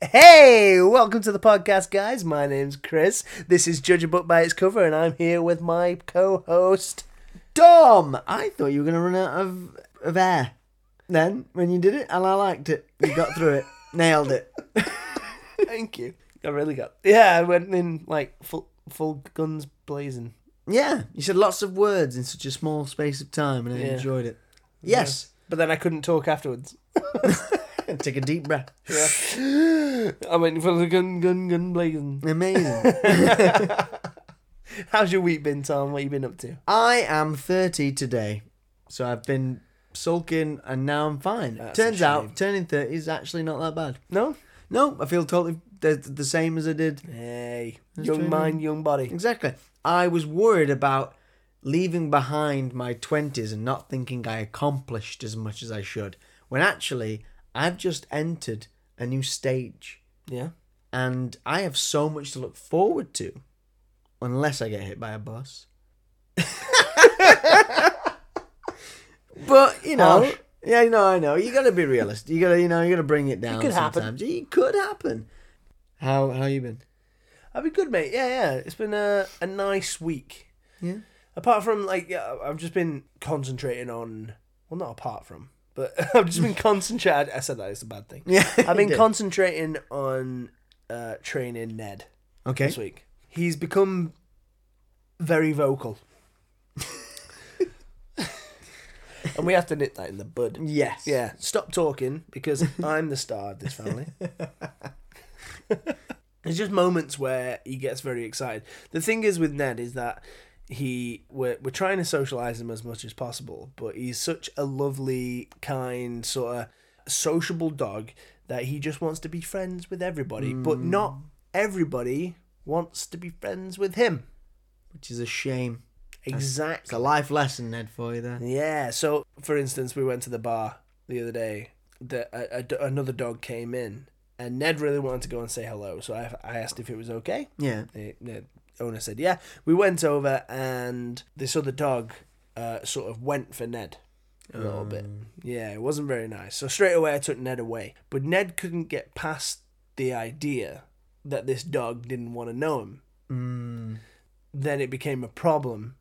Hey, welcome to the podcast, guys. My name's Chris. This is Judge a Book by Its Cover, and I'm here with my co host. Dom, I thought you were going to run out of, of air then when you did it, and I liked it. You got through it, nailed it. Thank you. I really got. Yeah, I went in like full, full guns blazing. Yeah, you said lots of words in such a small space of time, and I Yeah. enjoyed it. Yes. But then I couldn't talk afterwards. Take a deep breath. I went full gun, gun, gun blazing. Amazing. How's your week been, Tom? What you been up to? I am 30 today, so I've been sulking, and now I'm fine. a Turns shame. out turning 30 is actually not that bad. No? No, I feel totally the, the same as I did Hey. Young training. mind, young body. Exactly. I was worried about leaving behind my 20s and not thinking I accomplished as much as I should, when actually I've just entered a new stage Yeah. and I have so much to look forward to unless I get hit by a bus. but, you know, Harsh. yeah, you know, I know. You got to be realistic. You got to, you know, you got to bring it down could happen. sometimes. It could happen. How how you been? I've been good, mate. Yeah, yeah. It's been a, a nice week. Yeah. apart from like yeah, I've just been concentrating on well not apart from but I've just been concentrated I said that it's a bad thing Yeah. I've you been did. concentrating on uh, training Ned Okay. this week he's become very vocal and we have to nip that in the bud Yes. yeah stop talking because I'm the star of this family There's just moments where he gets very excited. The thing is with Ned is that he we're, we're trying to socialize him as much as possible, but he's such a lovely, kind, sort of sociable dog that he just wants to be friends with everybody, but not everybody wants to be friends with him. Which is a shame. It's Exactly. a life lesson, Ned, for you there. Yeah. So, for instance, we went to the bar the other day. That a, a d another dog came in, and Ned really wanted to go and say hello. So I, I asked if it was okay. Yeah. the, the owner said, "Yeah." We went over, and this other dog uh, sort of went for Ned a little bit. Yeah, it wasn't very nice. So straight away, I took Ned away, but Ned couldn't get past the idea that this dog didn't want to know him. Mm. Then it became a problem,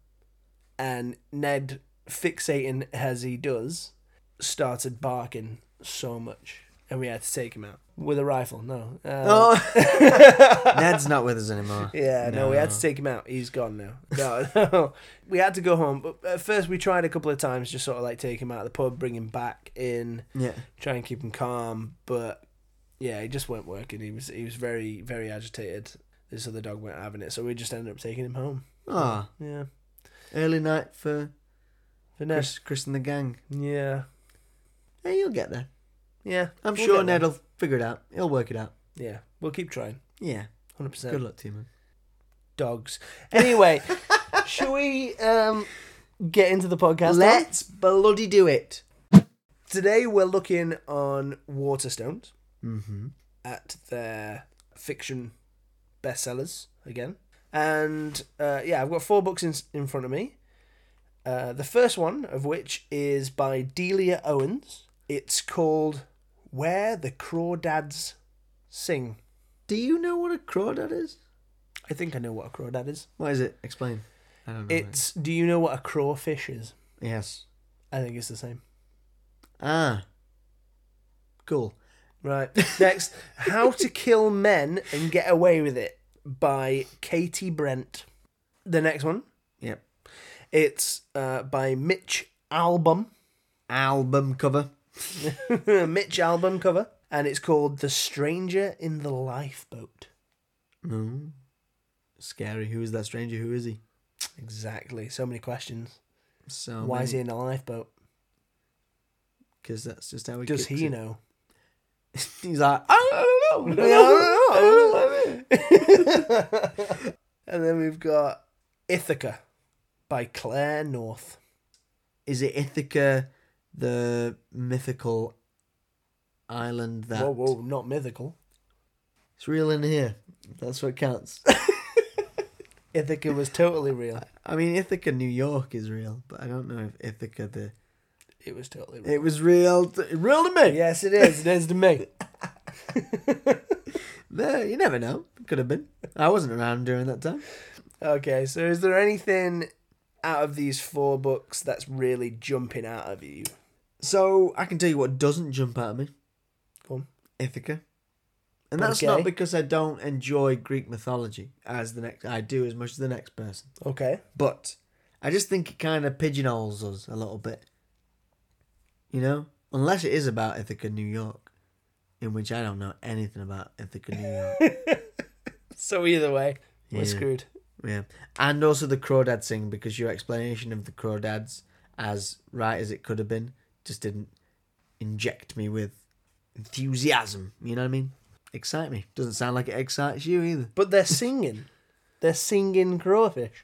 and Ned, fixating as he does, started barking so much, and we had to take him out with a rifle. No, uh, Oh. Ned's not with us anymore. yeah, no. we had to take him out. He's gone now. No, no. We had to go home. But at first, we tried a couple of times, just sort of like take him out of the pub, bring him back in, Yeah. try and keep him calm. But yeah, he just weren't working. He was he was very very agitated. This other dog weren't having it, so we just ended up taking him home. Ah, Yeah, early night for for Ned. Chris, Chris and the gang. Yeah, Yeah, you'll get there. yeah. I'm We'll sure get there. Ned will figure it out. He'll work it out. Yeah, we'll keep trying. Yeah. Hundred percent. Good luck to you, man. Dogs. Anyway, shall we um, get into the podcast? now? Let's bloody do it. Today we're looking on Waterstones Mm-hmm. at their fiction bestsellers again, and uh, yeah, I've got four books in in front of me. Uh, the first one of which is by Delia Owens. It's called "Where the Crawdads Sing." Do you know what a crawdad is? I think I know what a crawdad is. What is it? Explain. I don't know. It's. Do you know what a crawfish is? Yes. I think it's the same. Ah. Cool. Right. Next, How to Kill Men and Get Away with It by Katie Brent. The next one, Yep. it's uh, by Mitch Album. Album cover. Mitch Album cover. And it's called The Stranger in the Lifeboat. No. Mm. Scary. Who is that stranger? Who is he? Exactly. So many questions. So Why is he in a lifeboat? Because that's just how he Does kicks he it. know? He's like, I don't know. I don't And then we've got Ithaca by Claire North. Is it Ithaca, the mythical island that Whoa, whoa, not mythical. it's real in here? That's what counts. Ithaca was totally real. I mean, Ithaca, New York is real, but I don't know if Ithaca, the It was totally real. it was real, to, real to me. Yes, it is. It is to me. There, you never know. Could have been. I wasn't around during that time. Okay, so is there anything out of these four books that's really jumping out of you? So I can tell you what doesn't jump out at me. Go on. Ithaca. And that's Okay. not because I don't enjoy Greek mythology as the next I do as much as the next person. Okay. But I just think it kind of pigeonholes us a little bit. You know? Unless it is about Ithaca, New York. In which I don't know anything about Ithaca, New York. So either way, we're Yeah. screwed. yeah. And also the Crawdad Sing, because your explanation of the Crawdads, as right as it could have been, just didn't inject me with enthusiasm. You know what I mean? Excite me. Doesn't sound like it excites you either. But they're singing. they're singing crawfish.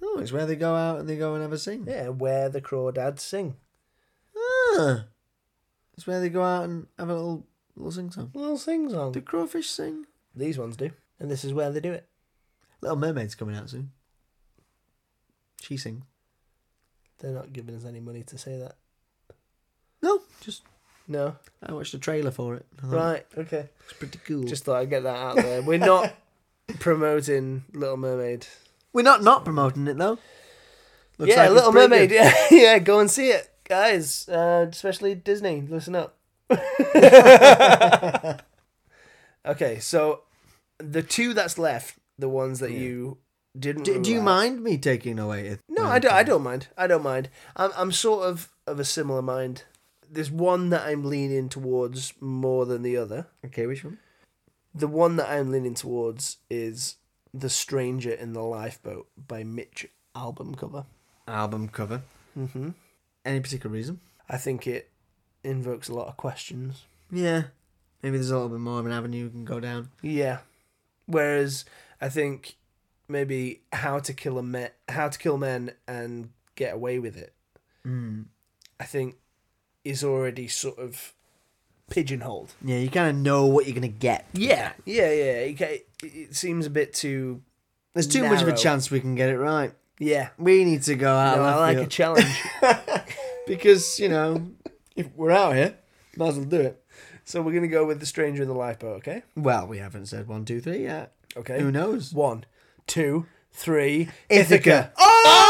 Oh, it's where they go out and they go and have a sing. Yeah, where the crawdads sing. Ah, it's where they go out and have a little little sing song. Little sing Do song. crawfish sing? These ones do. And this is where they do it. Little Mermaid's coming out soon. She sings. They're not giving us any money to say that. No, just No. I watched a trailer for it. I thought Right, okay. It's pretty cool. Just thought I'd get that out there. We're not promoting Little Mermaid. We're not not promoting it though. Looks yeah, like it's Little pretty Mermaid. good. Yeah, yeah, go and see it, guys. Uh, especially Disney. Listen up. okay, so the two that's left, the ones that you didn't. Do, do you rule out- mind me taking away? It? No, I don't. I don't mind. I don't mind. I'm I'm sort of of a similar mind. There's one that I'm leaning towards more than the other. Okay, which one? The one that I'm leaning towards is "The Stranger in the Lifeboat" by Mitch album cover. Album cover. Mm-hmm. hmm Any particular reason? I think it invokes a lot of questions. Yeah, maybe there's a little bit more of an avenue we can go down. Yeah. Whereas I think maybe how to kill a me- how to kill men and get away with it. Mm. I think is already sort of pigeonholed. Yeah, you kind of know what you're gonna get. Yeah, yeah, yeah. It, it- it seems a bit too. There's too much of a Narrow. chance we can get it right. Yeah, We need to go out. No, I left like a field. challenge. because you know if we're out here, might as well do it. so we're gonna go with the stranger in the lifeboat. Okay. Well, we haven't said one, two, three yet. Okay. Who knows? One, two, three. Ithaca. Oh!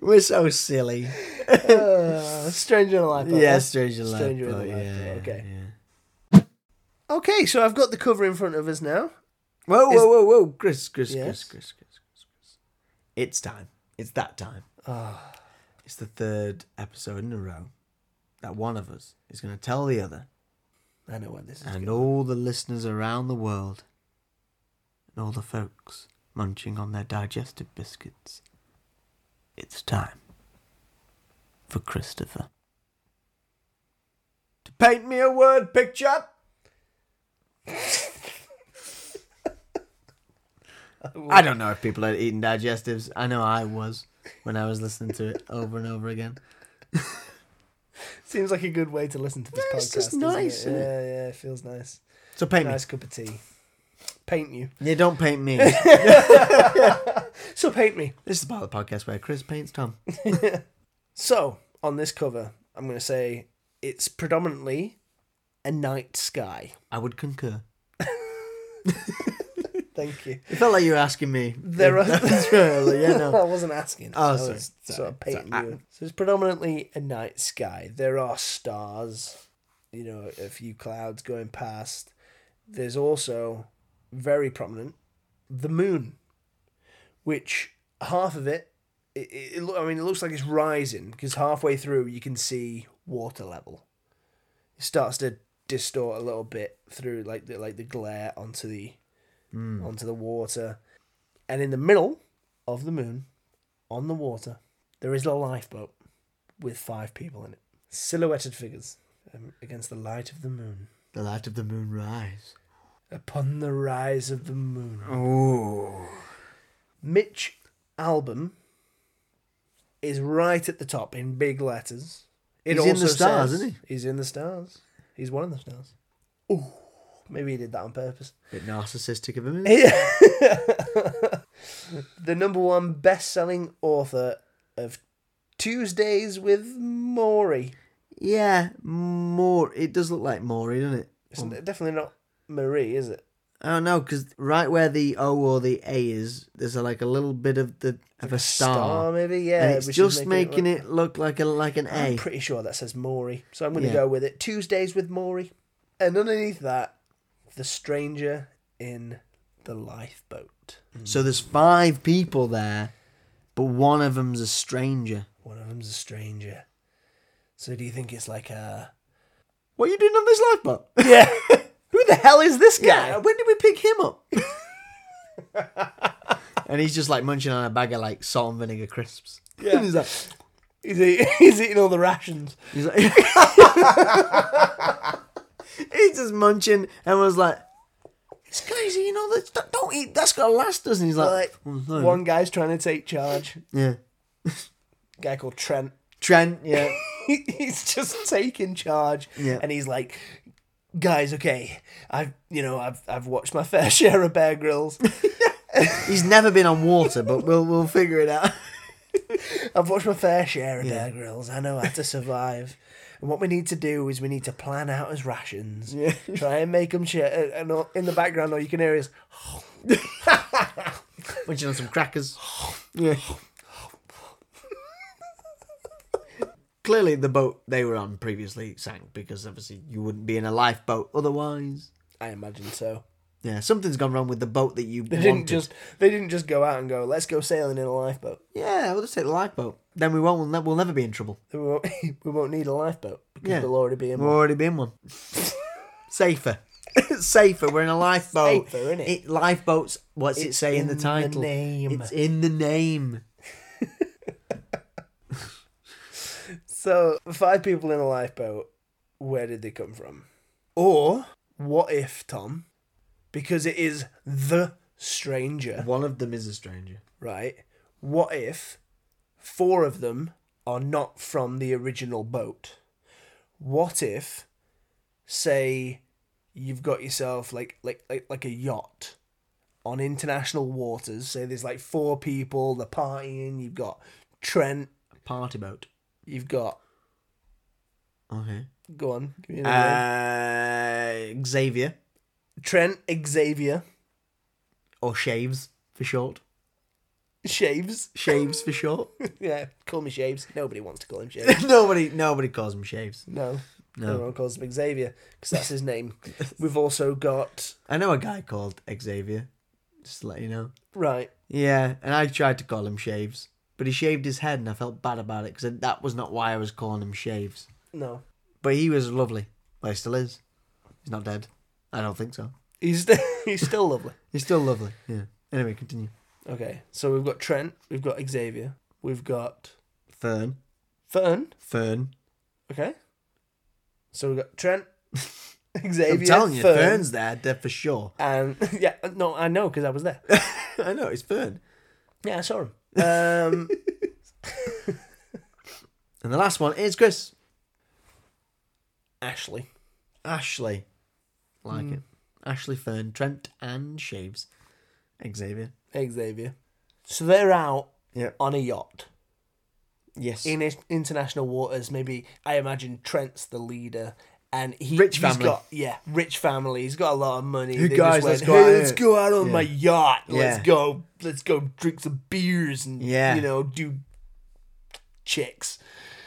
We're so silly. Uh, stranger in the lifeboat. Yeah, Stranger Life. Stranger in the but Lifeboat, yeah, okay. yeah. Okay, so I've got the cover in front of us now. Whoa, Is- whoa, whoa, whoa. Chris, Chris, Yes? Chris, Chris, Chris, Chris, Chris. It's time. It's that time. Ah. It's the third episode in a row that one of us is going to tell the other I know what this is. and all the listeners around the world, and all the folks munching on their digestive biscuits, it's time for Christopher to paint me a word picture. I don't know if people are eating digestives. I know I was when I was listening to it over and over again. Seems like a good way to listen to this Yeah, podcast. it's just doesn't nice, it? isn't it? Yeah, yeah, it feels nice. So paint Nice cup of tea. Paint you. me. Yeah, don't paint me. So paint me. this is part of the podcast where Chris paints Tom. So on this cover, I'm going to say it's predominantly a night sky. I would concur. Thank you. It felt like you were asking me. There are. yeah, no. I wasn't asking. Oh, I sorry, was sorry, Sort of painting sorry. you. So it's predominantly a night sky. There are stars, you know, a few clouds going past. There's also very prominent the moon, which half of it, it, it, it, loo- I mean, it looks like it's rising because halfway through you can see water level. It starts to distort a little bit through like the like the glare onto the Hmm. onto the water, and in the middle of the moon, on the water, there is a lifeboat with five people in it, silhouetted figures um, against the light of the moon. The light of the moon rise. Upon the rise of the moon, Oh. Mitch Album is right at the top in big letters. It He's in the also stars, says- isn't He's in the stars. He's one of the stars. Ooh, maybe he did that on purpose. Bit narcissistic of a movie. the number one best-selling author of Tuesdays with Maury. Yeah, more. It does look like Maury, doesn't it? It's definitely not Marie, is it? I don't know because right where the O or the A is, there's a, like a little bit of the of a star, maybe. Yeah, and it's we should just make making look- it look like a like an I'm A. pretty sure that says Maury, so I'm going to Yeah. go with it. Tuesdays with Maury, and underneath that, the stranger in the lifeboat. So there's five people there, but one of them's a stranger. One of them's a stranger. So do you think it's like a What are you doing on this lifeboat? yeah? Who the hell is this guy? Yeah. When did we pick him up? and he's just like munching on a bag of like salt and vinegar crisps. Yeah. he's like, he's, eat- he's eating all the rations. he's like, he's just munching and was like, this guy's eating all this. Don't- Don't eat. That's gonna last us. And he's like, Like "Mm, no." one guy's trying to take charge. yeah, guy called Trent. Trent. Yeah, he's just taking charge Yeah. and he's like guys okay i've you know i've i've watched my fair share of bear grills he's never been on water, but we'll we'll figure it out. i've watched my fair share of bear grills i know how to survive and what we need to do is we need to plan out his rations Yeah. try and make them share and- and all- in the background all you can hear is Munching on some crackers. yeah. Clearly, the boat they were on previously sank because obviously you wouldn't be in a lifeboat otherwise. i imagine so Yeah, something's gone wrong with the boat that you they wanted. didn't just they didn't just go out and go let's go sailing in a lifeboat Yeah, we'll just take the lifeboat. Then we won't. We'll, ne- we'll never be in trouble. we won't, we won't need a lifeboat because Yeah. we'll already be in We've already been one. Safer. Safer. We're in a lifeboat. Safer, innit? It, lifeboats. What's it It's say in the in the title? name. It's in the name. So, five people in a lifeboat, where did they come from? Or, what if, Tom, because it is the stranger, One of them is a stranger. right? What if four of them are not from the original boat? What if, say, you've got yourself like like like, like a yacht on international waters? Say there's like four people, they're partying, you've got Trent, Party boat. you've got Okay. go on, give me another one. Uh, Xavier Trent Xavier or Shaves for short. shaves. Shaves for short. Yeah, call me shaves. Nobody wants to call him shaves. nobody, nobody calls him Shaves. No, everyone calls him Xavier because that's his name. We've also got I know a guy called Xavier. Just to let you know. right. Yeah, and I tried to call him Shaves, but he shaved his head, and I felt bad about it because that was not why I was calling him Shaves. No, But he was lovely. Well, he still is. He's not dead. I don't think so. he's st- he's still lovely. He's still lovely. Yeah. Anyway, continue. Okay, so we've got Trent. We've got Xavier. We've got Fern. Fern. Fern. Okay, so we've got Trent, I'm Xavier, telling you, Fern, Fern's there, dead for sure. and yeah, uh, no, I know because I was there. I know, it's Fern. Yeah, I saw him. Um, And the last one is Chris. Ashley. Ashley. Mm. Like it. Ashley Fern, Trent and Shaves. Xavier. Xavier. So they're out Yeah. on a yacht Yes. in is- international waters. Maybe I imagine Trent's the leader, and he, Rich has family. got yeah, rich family. He's got a lot of money. Hey, They guys, just let's went, go out "Hey, let's here." go out on my Yeah. yacht. Yeah. Let's go. Let's go drink some beers and Yeah. you know do chicks.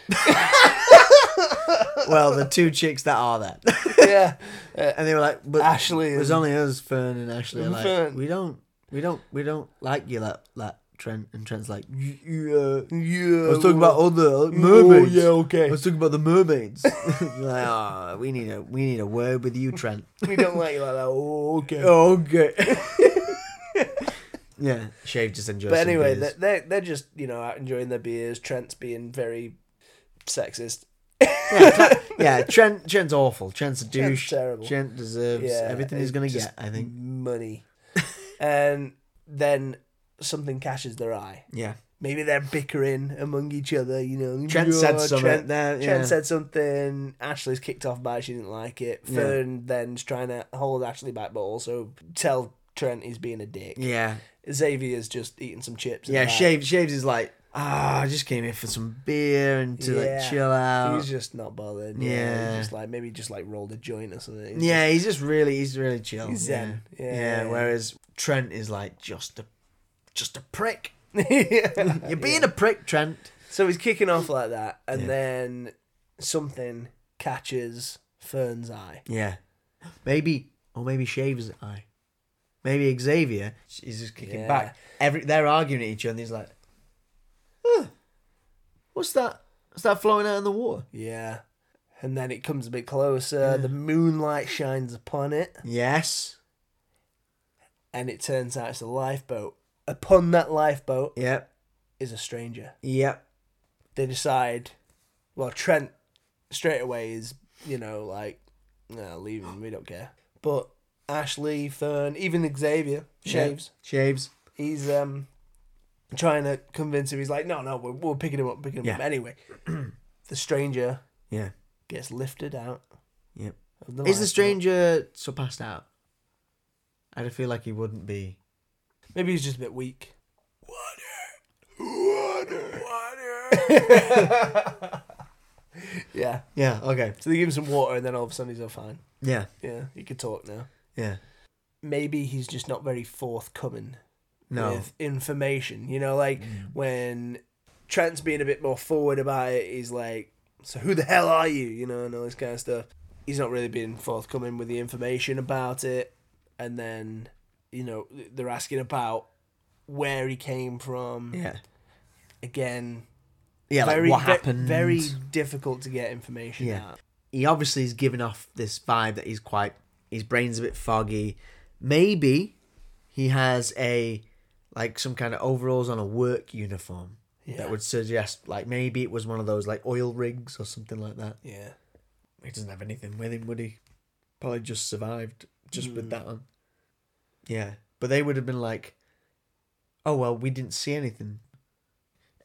well, the two chicks that are there. yeah, Uh, and they were like, but Ashley It was and- only us, Fern and Ashley. are And like, Fern. we don't, we don't, we don't like you like like Trent. And Trent's like, "You- you, uh, yeah. I was talking about all the mermaids. mermaids. yeah, okay. I was talking about the mermaids. like, "Ah, we need a, we need a word with you, Trent. we don't like you like that. Oh, okay. okay. yeah, Shave just enjoys. But anyway, they're, they're they're just you know out enjoying their beers. Trent's being very sexist. yeah, Trent, Trent's awful. Trent's a douche. terrible. Trent deserves Yeah, everything he's it gonna just- get. I think. money. and then something catches their eye. Yeah, Maybe they're bickering among each other, you know. Trent said "You're something. Trent, there, yeah. Trent said something. Ashley's kicked off by it. She didn't like it. Yeah. Fern then's trying to hold Ashley back, but also tell Trent he's being a dick. Yeah, Xavier's just eating some chips. and yeah. that. Shaves, Shaves is like, ah, I just came here for some beer and to Yeah. like chill out. He's just not bothered. Yeah. Yeah. He's just like maybe just like rolled a joint or something. He's yeah, he's just really he's really chill. He's yeah. zen. Yeah, Yeah, yeah, yeah. Whereas Trent is like just a just a prick. just- You're being a prick, Trent. So he's kicking off like that, and Yeah. then something catches Fern's eye. Yeah. Maybe or maybe Shaver's eye. Maybe Xavier is just kicking Yeah. back. Every they're arguing at each other and he's like "Huh, What's that? What's that flowing out in the water? Yeah. And then it comes a bit closer. The moonlight shines upon it, Yes. and it turns out it's a lifeboat. Upon that lifeboat Yep. is a stranger. Yep. They decide, well, Trent straight away is, you know, like, nah, leave him, we don't care. But Ashley, Fern, even Xavier shaves. Yep. Shaves. he's um trying to convince him. He's like, no, no, we're, we're picking him up, picking him Yeah. up anyway. the stranger Yeah. gets lifted out. Yep. Of the Is the lifeboat. stranger so passed out? I don't feel like he wouldn't be. Maybe he's just a bit weak. Water, water, water. yeah. Yeah, okay. So they give him some water, and then all of a sudden he's all fine. Yeah. Yeah, he could talk now. Yeah. Maybe he's just not very forthcoming No. Mm. with information. You know, like when Trent's being a bit more forward about it, he's like, "So who the hell are you?" You know, and all this kind of stuff. He's not really being forthcoming with the information about it, and then you know they're asking about where he came from. Yeah. Again, Yeah, like very what ve- happened. Very difficult to get information Yeah. out. he obviously is giving off this vibe that he's quite his brain's a bit foggy. Maybe he has a like some kind of overalls on a work uniform Yeah. that would suggest like maybe it was one of those like oil rigs or something like that. Yeah, He doesn't have anything with him, would he? Probably just survived just with that on. Yeah, but they would have been like, "Oh well, we didn't see anything."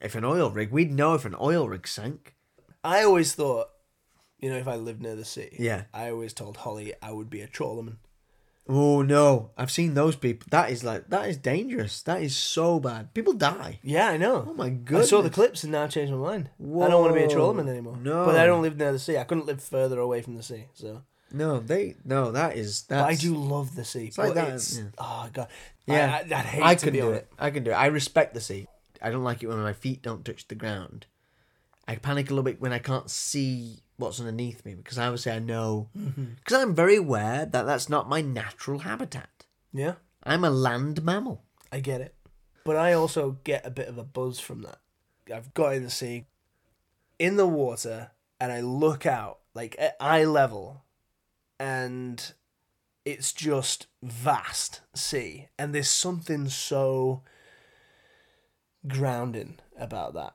If an oil rig, we'd know if an oil rig sank. I always thought, you know, if I lived near the sea, Yeah. I always told Holly I would be a trawlerman. Oh no, I've seen those people. That is like that is dangerous. That is so bad. People die. Yeah, I know. Oh my I goodness. saw the clips and now I changed my mind. I don't want to be a Whoa, trawlerman anymore. no. But I don't live near the sea. I couldn't live further away from the sea. So No, they no. That is that. but I do love the sea. It's like that, It's, yeah. Oh god. Yeah, I, I, I'd hate I to can be do on it. I can do it. I respect the sea. I don't like it when my feet don't touch the ground. I panic a little bit when I can't see what's underneath me because obviously I know because Mm-hmm. I'm very aware that that's not my natural habitat. Yeah, I'm a land mammal. I get it. But I also get a bit of a buzz from that. I've got in the sea, in the water, and I look out like at eye level, and it's just vast sea, and there's something so grounding about that.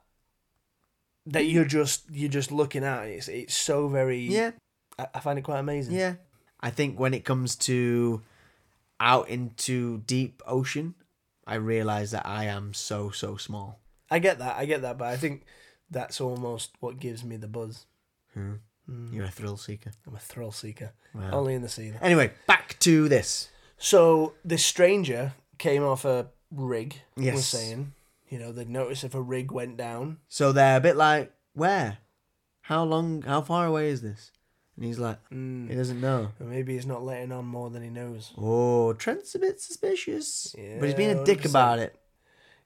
That you're just you're just looking at it. It's, it's so very Yeah, I, I find it quite amazing. yeah. I think when it comes to out into deep ocean, I realize that I am so so small. I get that. I get that. But I think that's almost what gives me the buzz. Hmm. You're a thrill seeker. I'm a thrill seeker. Wow. Only in the sea. though. Anyway, back to this. So this stranger came off a rig. Yes. Was saying, you know, they'd notice if a rig went down. So they're a bit like, where? How long? How far away is this? And he's like, Mm, he doesn't know. or Maybe he's not letting on more than he knows. Oh, Trent's a bit suspicious, but he's being a Yeah, dick 100%. about it.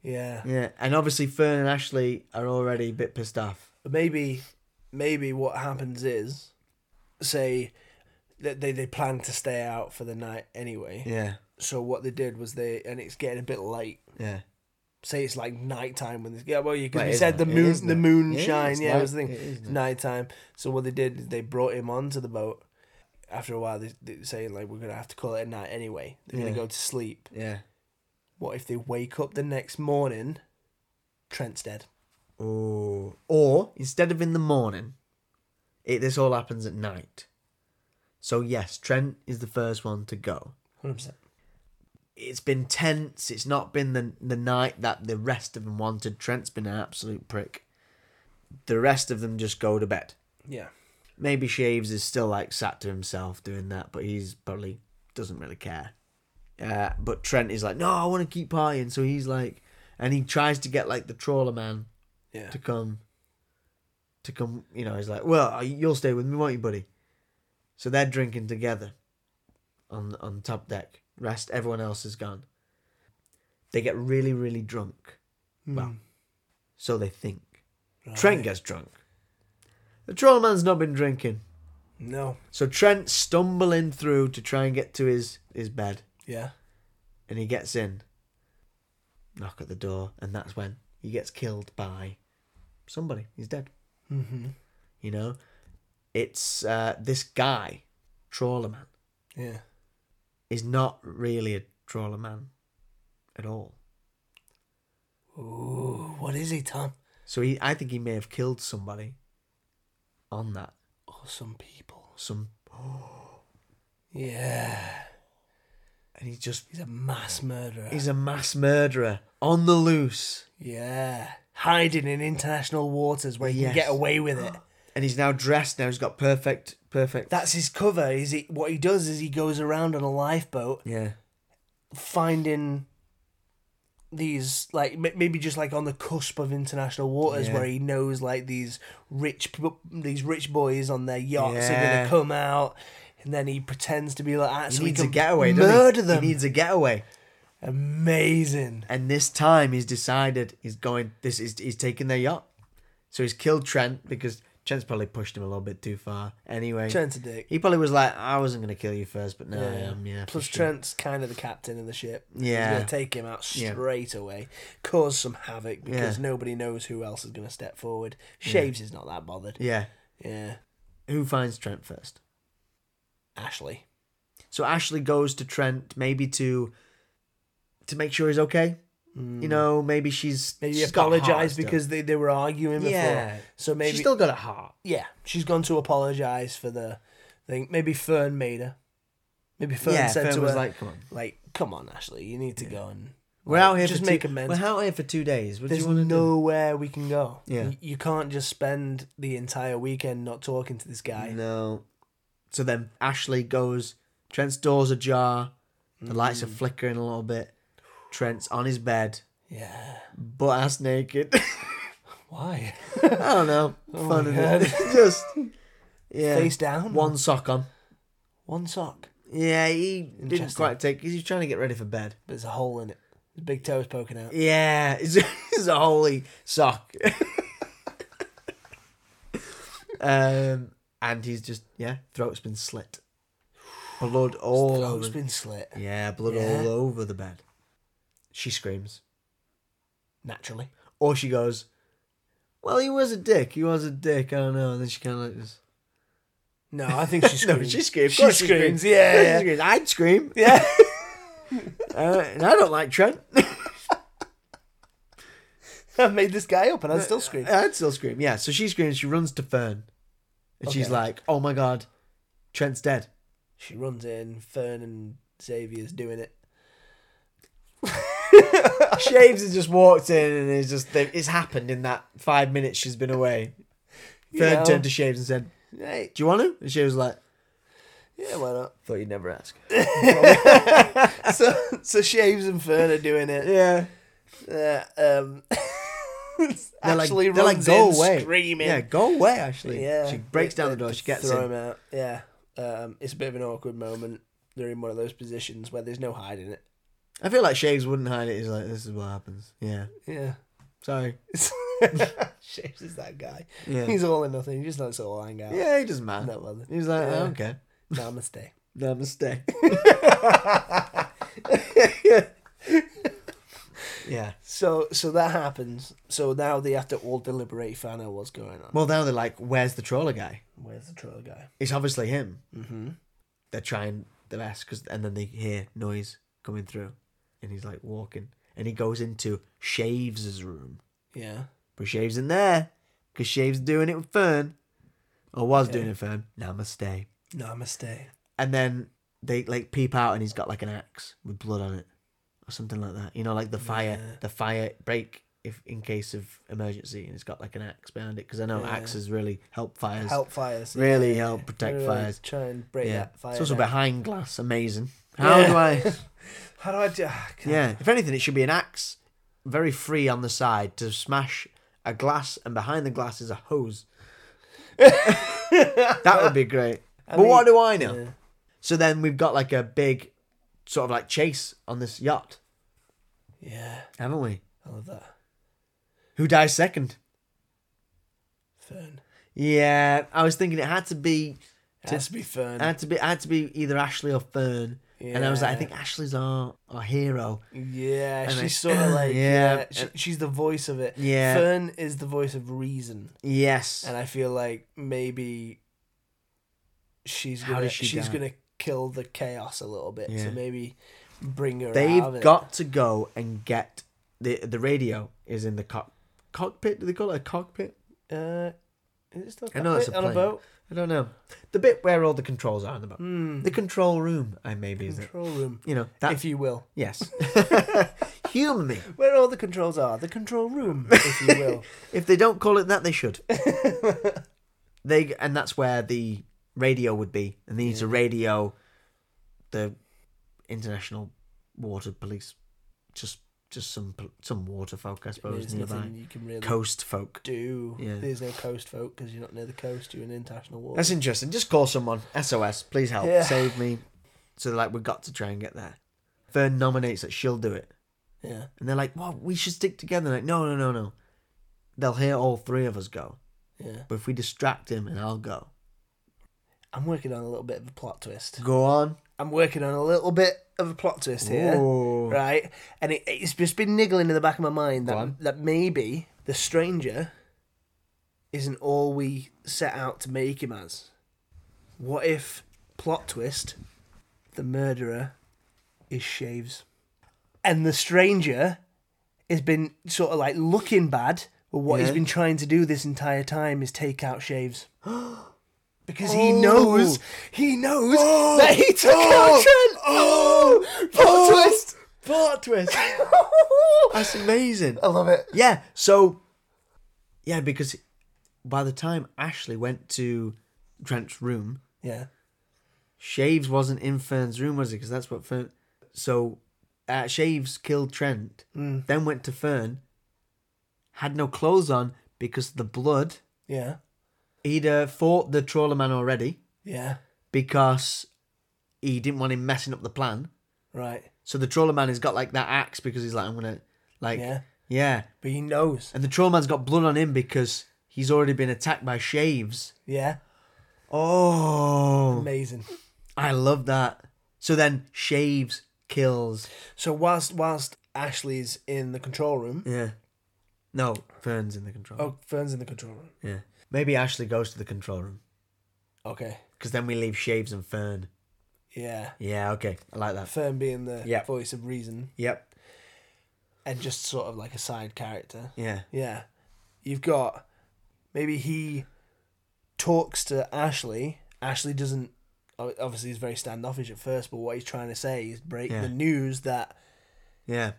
Yeah. Yeah, and obviously Fern and Ashley are already a bit pissed off. But maybe, maybe what happens is, say, that they they plan to stay out for the night anyway. Yeah, So what they did was they, and it's getting a bit late. yeah. say it's like nighttime when this yeah well because Well, we it is said the night. It moon is the night. moon Yeah, shine it's yeah, night. was the thing It is it's night. nighttime so what they did is they brought him onto the boat after a while they, they saying like we're gonna have to call it a night anyway they're Yeah. gonna go to sleep Yeah. what if they wake up the next morning Trent's dead Oh. Or instead of in the morning, it this all happens at night. So yes, Trent is the first one to go. 100% it's been tense. It's not been the the night that the rest of them wanted. Trent's been an absolute prick. The rest of them just go to bed. yeah Maybe Shaves is still like sat to himself doing that, but he's probably doesn't really care. Uh, but Trent is like, no, I want to keep partying. So he's like, and he tries to get like the trawler man Yeah. to come to come you know he's like well you'll stay with me won't you buddy so they're drinking together on on top deck rest everyone else is gone they get really really drunk well so they think trent gets drunk the troll man's not been drinking No. so trent stumbling through to try and get to his his bed Yeah. and he gets in. Knock at the door, and that's when he gets killed by somebody. He's dead. Mm-hmm. You know, it's uh, this guy, Trawler Man, Yeah. is not really a Trawler Man at all. Ooh, what is he, Tom? So he, I think he may have killed somebody on that. Oh, some people. Some, Yeah. and he's just He's a mass murderer. he's a mass murderer on the loose, yeah. Hiding in international waters where he Yes. can get away with it. and he's now dressed. Now he's got perfect, perfect. That's his cover. Is he? What he does is he goes around on a lifeboat yeah, finding these like m- maybe just like on the cusp of international waters Yeah. where he knows like these rich p- these rich boys on their yachts are Yeah. gonna come out and then he pretends to be like that he so needs he a can getaway. doesn't he? murder them He needs a getaway. amazing And this time he's decided he's going this is he's taking their yacht. So he's killed Trent because Trent's probably pushed him a little bit too far. Anyway. Trent's a dick He probably was like, I wasn't gonna kill you first, but no, I am, yeah. Plus, for sure." Trent's kind of the captain of the ship. Yeah. He's going to take him out Yeah. straight away, cause some havoc because Yeah. nobody knows who else is going to step forward. Shaves is not that bothered. Yeah. Yeah. Who finds Trent first? Ashley. So Ashley goes to Trent maybe to to make sure he's okay. You know, Mm. maybe she's Mm. Maybe she's got heart apologise still. because they, they were arguing before. Yeah. So maybe. she's still got a heart. yeah. She's gone to apologise for the thing. Maybe Fern made her. Maybe Fern yeah, said Fern to was her, like, like, come on. come on, Ashley, you need to go and. We're like, out here Just for make two, amends. We're out here for two days. What do There's you want to do? nowhere we can go. Yeah. Y- You can't just spend the entire weekend not talking to this Mm. guy. No. So then Ashley goes. Trent's door's ajar. The lights are flickering a little bit. Trent's on his bed, Yeah. butt ass naked. Why? I don't know. Fun my in it. Just yeah. Face down. One sock on. one sock. Yeah, he didn't Interesting. quite take. He's trying to get ready for bed. There's a hole in it. His big toes poking out. Yeah, it's, it's a holy sock. um, and he's just yeah, throat's been slit, blood all over. Throat's been slit. Yeah, blood Yeah. all over the bed. She screams. Naturally. Or she goes, Well, he was a dick. He was a dick. I don't know. And then she kind of like this. No, I think she screams. No, she screams. She screams. Yeah, yeah. I'd scream. Yeah. Uh, and I don't like Trent. I made this guy up and I still scream. I'd still scream. Yeah. So she screams. She runs to Fern. And she's Okay. like, Oh my God, Trent's dead. She runs in. Fern and Xavier's doing it. Shaves has just walked in and it's just, it's happened in that five minutes she's been away. Fern Yeah. turned to Shaves and said, Hey, Do you want him? And Shaves was like, yeah, why not? Thought you'd never ask. so, so Shaves and Fern are doing it. Yeah. Uh, um, They're like- Ashley they're like, runs go in away. screaming. Yeah, go away, Ashley. Yeah. She breaks down the door, They she gets in. throw him out. Yeah. Um, it's a bit of an awkward moment. They're in one of those positions where there's no hiding it. I feel like Shaves wouldn't hide it. He's like, this is what happens. Yeah. Yeah. Sorry. Shapes is that guy. Yeah. He's all or nothing. He just likes to all hang out. yeah, he doesn't matter. That was He's like, I Yeah. don't care. Namaste. Namaste. yeah. So so that happens. So now they have to all deliberate find out what's going on. Well, now they're like, where's the trawler guy? Where's the troll guy? It's obviously him. Mm-hmm. They're trying the best, cause, and then they hear noise coming through. And he's like walking. And he goes into Shaves' room. Yeah. But Shave's in there because Shave's doing it with Fern, or was doing it with Fern. Namaste. Namaste. And then they like peep out, and he's got like an axe with blood on it, or something like that. You know, like the fire, the fire break if in case of emergency, and it's got like an axe behind it. Because I know Yeah. axes really help fires, Help fires. really help protect Really fires. Try and break Yeah, that fire. it's also down. behind glass. Amazing. How Yeah. do I? How do I do? ah, God. Yeah. If anything, it should be an axe, very free on the side to smash a glass, and behind the glass is a hose. that would be great. but what do I know? So then we've got like a big sort of like chase on this yacht, Yeah, haven't we? I love that. Who dies second? Fern. Yeah, I was thinking it had to be It has to be Fern. It had to be it had to be either Ashley or Fern. And I was like, I Yeah. think Ashley's our, our hero. yeah, And she's I- sort of like Yeah, yeah, she, she's the voice of it. Yeah. Fern is the voice of reason, Yes. and I feel like maybe she's How gonna does she she's die? gonna kill the chaos a little bit. Yeah. So maybe bring her. out of They've it. got to go and get the the radio is in the cock cockpit. Do they call it a cockpit? Uh, is it still I know that's cockpit a on a plane. boat I don't know. The bit where all the controls are in the boat. The control room, I maybe is it. control room, You know that. Hmm. if you will. yes. Humour me. Where all the controls are, the control room, if you will. If they don't call it that, they should. they and that's where the radio would be, and they need to radio the international water police, just just some pol- some water folk, I suppose, There's nearby nothing you can really coast folk. do. Yeah. There's no coast folk because you're not near the coast. You're in international water. That's interesting. Just call someone. SOS, please help, Yeah. save me. So they're like, we've got to try and get there. Fern nominates that she'll do it, yeah. and they're like, well, we should stick together. Like, no, no, no, no. They'll hear all three of us go, Yeah. but if we distract him, and I'll go. I'm working on a little bit of a plot twist. Go on. I'm working on a little bit of a plot twist here. Ooh. Right? And it, it's just been niggling in the back of my mind Go on. that, that maybe the stranger isn't all we set out to make him as. What if, plot twist, the murderer is Shaves? And the stranger has been sort of like looking bad, but what he's Yeah. been trying to do this entire time is take out Shaves. Because he Oh. knows, he knows that he took out Trent. Oh! Plot Oh! twist! Plot twist. That's amazing. I love it. Yeah. So, yeah, because by the time Ashley went to Trent's room, Yeah. Shaves wasn't in Fern's room, was he? Because that's what Fern. So, uh, Shaves killed Trent, then went to Fern, had no clothes on because the blood. Yeah. He'd uh, fought the trawler man already Yeah. because he didn't want him messing up the plan. Right. So the trawler man has got like that axe because he's like, I'm gonna like yeah. Yeah. But he knows. And the trawler man's got blood on him because he's already been attacked by shaves. Yeah. Oh Amazing. I love that. So then shaves kills So whilst whilst Ashley's in the control room, Yeah. No, Fern's in the control room. oh Fern's in the control room. Yeah. Maybe Ashley goes to the control room. Okay. Because then we leave Shaves and Fern. Yeah. Yeah, okay. I like that. Fern being the Yeah. voice of reason Yep. and just sort of like a side character. Yeah. Yeah. You've got maybe he talks to Ashley. Ashley doesn't ob- obviously he's very standoffish at first, but what he's trying to say is break Yeah. the news that Yeah.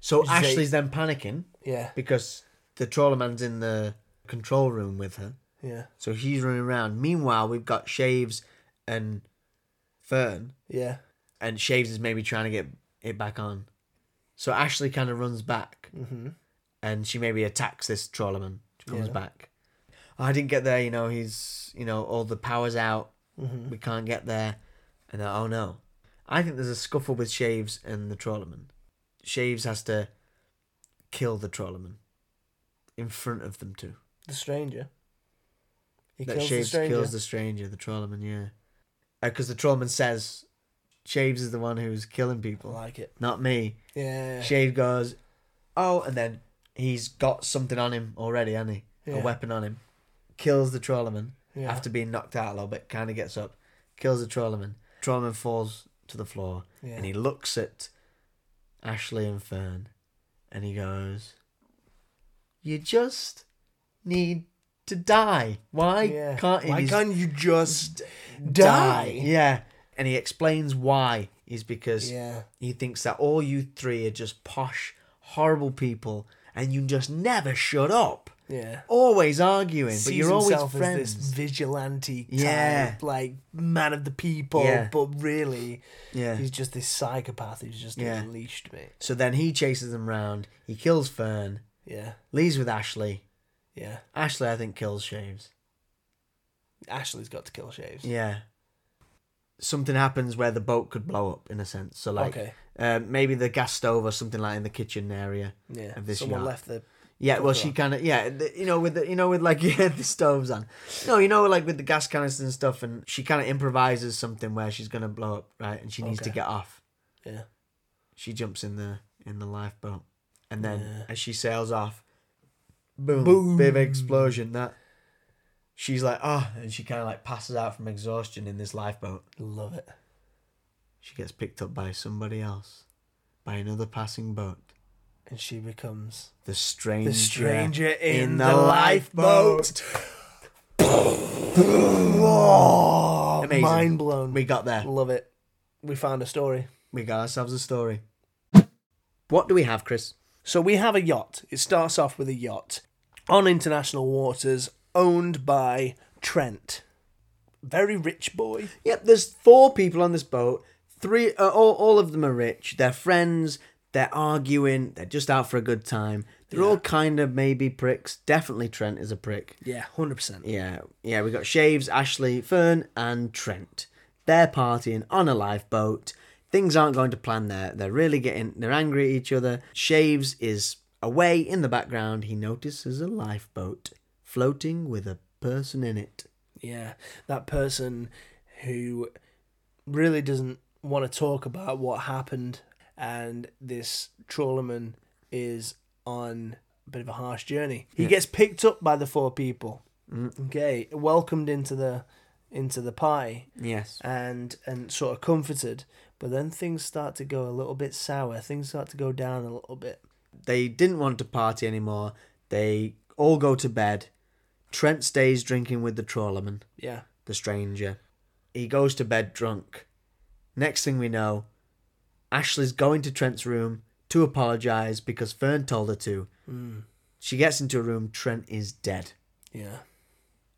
So Zay- Ashley's then panicking yeah, because the trawler man's in the control room with her. yeah, So he's running around. Meanwhile, we've got Shaves and Fern, yeah, and Shaves is maybe trying to get it back on. So Ashley kind of runs back, mm-hmm. and she maybe attacks this trawler man. She comes Yeah. back. "Oh, I didn't get there. You know, he's you know all the powers out. Mm-hmm. We can't get there. And they're, oh no, I think there's a scuffle with Shaves and the trawler man. Shaves has to kill the trawler man in front of them too the stranger. He that kills the Shaves stranger. kills the stranger, the Trollman, yeah. Because the Trollman says Shaves is the one who's killing I people, like it. not me. Yeah. Shave goes, oh, and then he's got something on him already, hasn't he? A Yeah. weapon on him. Kills the Trollman Yeah. after being knocked out a little bit, kind of gets up, kills the Trollman. Trollman falls to the floor Yeah. and he looks at Ashley and Fern and he goes, You just need to die. Why yeah. can't it Why be can't you just die. die? Yeah. And he explains why is because Yeah. he thinks that all you three are just posh, horrible people and you just never shut up. Yeah. Always arguing, but Sees you're always himself as friends. this vigilante type, Yeah. like man of the people, Yeah. but really Yeah. he's just this psychopath who's just Yeah. unleashed me. so then he chases them round, he kills Fern, Yeah. leaves with Ashley, Yeah. Ashley, I think, kills shaves. Ashley's got to kill shaves. Yeah. Something happens where the boat could blow up, in a sense. So, like, Okay. um, maybe the gas stove or something like in the kitchen area. Yeah. Of this Someone yacht. left the Yeah, well, Fucker she on. kind of yeah, the, you know, with the, you know, with like yeah, the stoves on. No, you know, like with the gas canisters and stuff, and she kind of improvises something where she's gonna blow up, right? And she needs to Okay. get off. Yeah. She jumps in the in the lifeboat, and then Yeah. as she sails off, boom, Boom. big explosion. That she's like, oh, and she kind of like passes out from exhaustion in this lifeboat. Love it. She gets picked up by somebody else, by another passing boat. And she becomes The stranger, the stranger in, in the, the lifeboat. oh, Amazing. Mind blown. We got there. Love it. We found a story. We got ourselves a story. What do we have, Chris? So we have a yacht. It starts off with a yacht on international waters owned by Trent. Very rich boy. Yep, there's four people on this boat. Three, uh, all, all of them are rich. They're friends. They're arguing. They're just out for a good time. They're all kind of maybe pricks. Definitely Trent is a prick. Yeah, 100%. Yeah, yeah. We got Shaves, Ashley, Fern, and Trent. They're partying on a lifeboat. Things aren't going to plan. There, they're really getting. They're angry at each other. Shaves is away in the background. He notices a lifeboat floating with a person in it. Yeah. That person who really doesn't want to talk about what happened and this trawlerman is on a bit of a harsh journey. He gets picked up by the four people. Okay, welcomed into the into the party. Yes. and and sort of comforted. But then things start to go a little bit sour. Things start to go down a little bit. They didn't want to party anymore. They all go to bed. Trent stays drinking with the trawlerman, Yeah. the stranger. He goes to bed drunk. Next thing we know, Ashley's going to Trent's room to apologize because Fern told her to. Hmm. She gets into a room, Trent is dead. Yeah.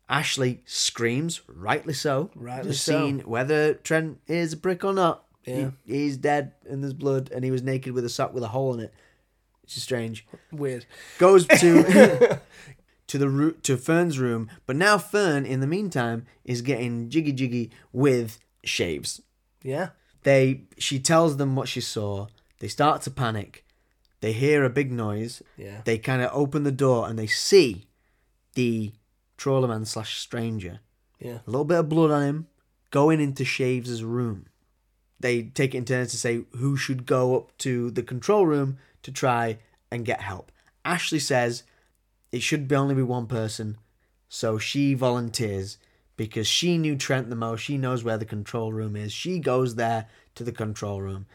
Ashley screams, rightly so. Rightly Just so. seen whether Trent is a prick or not. Yeah. He, he's dead and there's blood and he was naked with a sock with a hole in it. Which is strange Weird. goes to to the roo- to Fern's room, but now Fern, in the meantime, is getting jiggy jiggy with shaves. Yeah. They she tells them what she saw. They start to panic. They hear a big noise. Yeah. They kind of open the door and they see the trawler man slash stranger. Yeah. A little bit of blood on him going into Shaves' room. They take it in turns to say who should go up to the control room to try and get help. Ashley says it should be only be one person, so she volunteers because she knew Trent the most. She knows where the control room is. She goes there to the control room.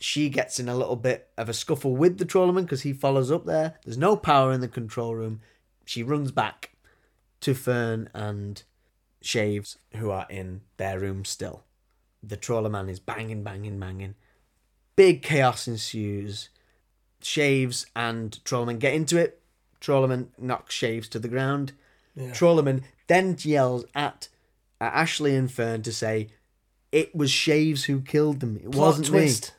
She gets in a little bit of a scuffle with the trawlerman because he follows up there. There's no power in the control room. She runs back to Fern and Shaves, who are in their room still. The trawler man is banging, banging, banging. Big chaos ensues. Shaves and Trawlerman get into it. Trawlerman knocks Shaves to the ground. Yeah. Trawlerman then yells at, at Ashley and Fern to say, "It was Shaves who killed them. It Plot wasn't twist. twist.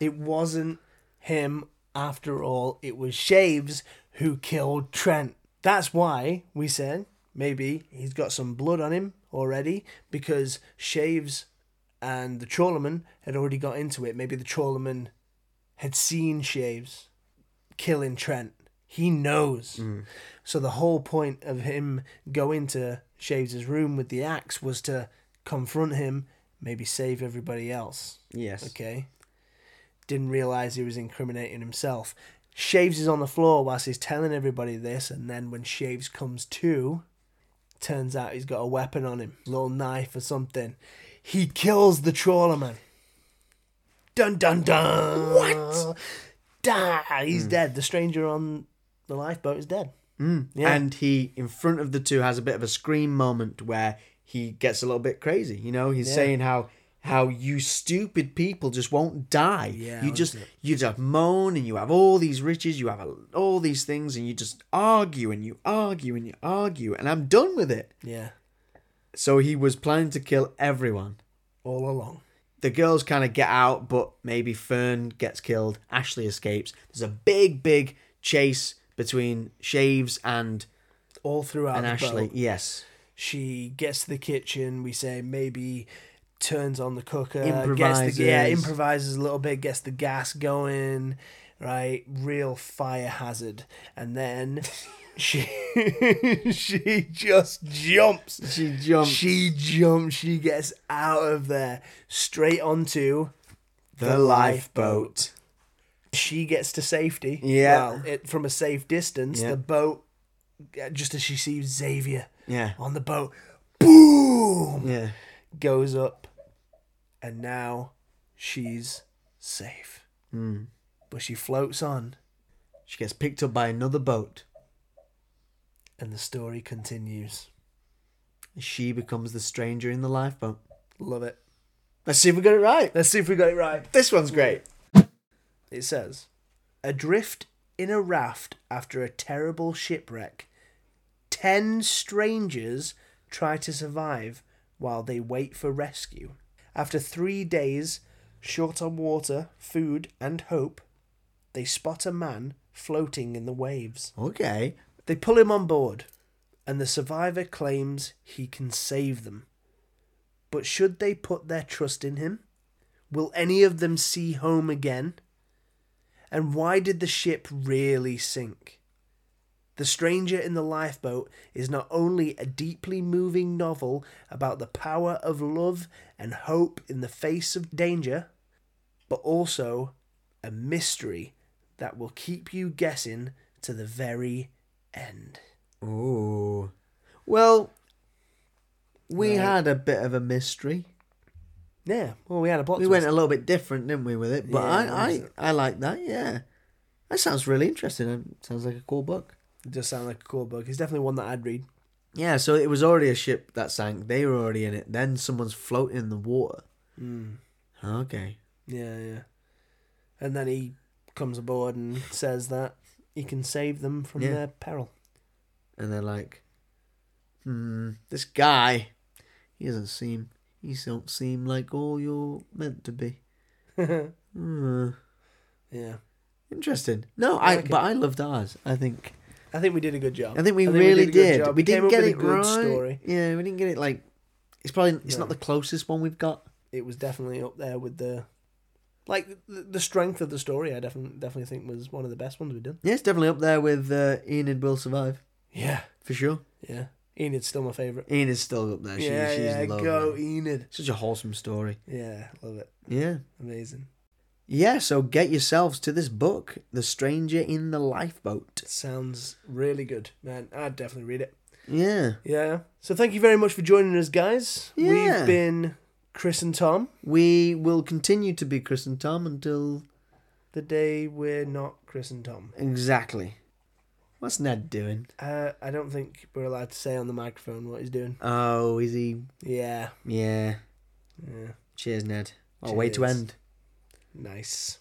It wasn't him after all. It was Shaves who killed Trent. That's why we said maybe he's got some blood on him already because Shaves and the trawlerman had already got into it. Maybe the trawlerman had seen Shaves killing Trent. He knows. So the whole point of him going to Shaves' room with the axe was to confront him, maybe save everybody else. Yes. Okay. Didn't realize he was incriminating himself. Shaves is on the floor whilst he's telling everybody this, and then when Shaves comes to, turns out he's got a weapon on him, little knife or something. He kills the trawler man. Dun dun dun. What? Da! He's Hmm. dead. The stranger on the lifeboat is dead. Yeah. And he, in front of the two, has a bit of a scream moment where he gets a little bit crazy. You know, he's saying how how you stupid people just won't die. Yeah, you what just you just moan and you have all these riches, you have a- all these things, and you just argue and you argue and you argue, and I'm done with it. Yeah. So he was planning to kill everyone. All along. The girls kind of get out, but maybe Fern gets killed. Ashley escapes. There's a big, big chase between Shaves and all throughout and the Ashley, boat. yes, She gets to the kitchen. We say maybe turns on the cooker, gets Improvises. the yeah, improvises a little bit, gets the gas going, right? Real fire hazard, and then she she just jumps. she jumps She jumps. She gets out of there straight onto the lifeboat. she gets to safety. Yeah. Well, it, from a safe distance, Yeah. the boat, uh, just as she sees Xavier Yeah, on the boat, boom, yeah. goes up. And now she's safe. But she floats on, She gets picked up by another boat. and the story continues. She becomes the stranger in the lifeboat. Love it. Let's see if we got it right. Let's see if we got it right. This one's great. It says, Adrift in a raft after a terrible shipwreck, ten strangers try to survive while they wait for rescue. After three days, short on water, food, and hope, they spot a man floating in the waves. Okay. They pull him on board, and the survivor claims he can save them. But should they put their trust in him? Will any of them see home again? And why did the ship really sink? The Stranger in the Lifeboat is not only a deeply moving novel about the power of love and hope in the face of danger, but also a mystery that will keep you guessing to the very end. Ooh. Well, we had a bit of a mystery. Yeah, well, we had a plot We twist. went a little bit different, didn't we, with it? But Yeah, it I, was- I, I like that. Yeah, that sounds really interesting. and sounds like a cool book. It does sound like a cool book. It's definitely one that I'd read. Yeah. So it was already a ship that sank. They were already in it. Then someone's floating in the water. Hmm. Okay. Yeah, yeah. And then he comes aboard and says that he can save them from Yeah. their peril. And they're like, hmm, this guy, he doesn't seem, he don't seem like all you're meant to be. Hmm. Yeah. Interesting. No, I I, like it. but I loved ours. I think. I think we did a good job. I think we really a good did. job. We came didn't up get with it a good right. story. Yeah, we didn't get it like. It's probably it's not No. the closest one we've got. It was definitely up there with the like the, the strength of the story. I definitely definitely think was one of the best ones we've done. Yeah, it's definitely up there with uh, Enid will survive Yeah. for sure. Yeah. Enid's still my favorite. Enid's still up there. She, yeah, she's yeah. lovely. Go Enid. Such a wholesome story. Yeah, love it. Yeah. Amazing. Yeah, so get yourselves to this book, The Stranger in the Lifeboat. Sounds really good, man. I'd definitely read it. Yeah. Yeah. So thank you very much for joining us, guys. Yeah. We've been Chris and Tom. We will continue to be Chris and Tom until The day we're not Chris and Tom. exactly. What's Ned doing? Uh, I don't think we're allowed to say on the microphone what he's doing. Oh, is he? Yeah. Yeah. Yeah. Cheers, Ned. What a way to Cheers. end. Nice.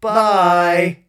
Bye.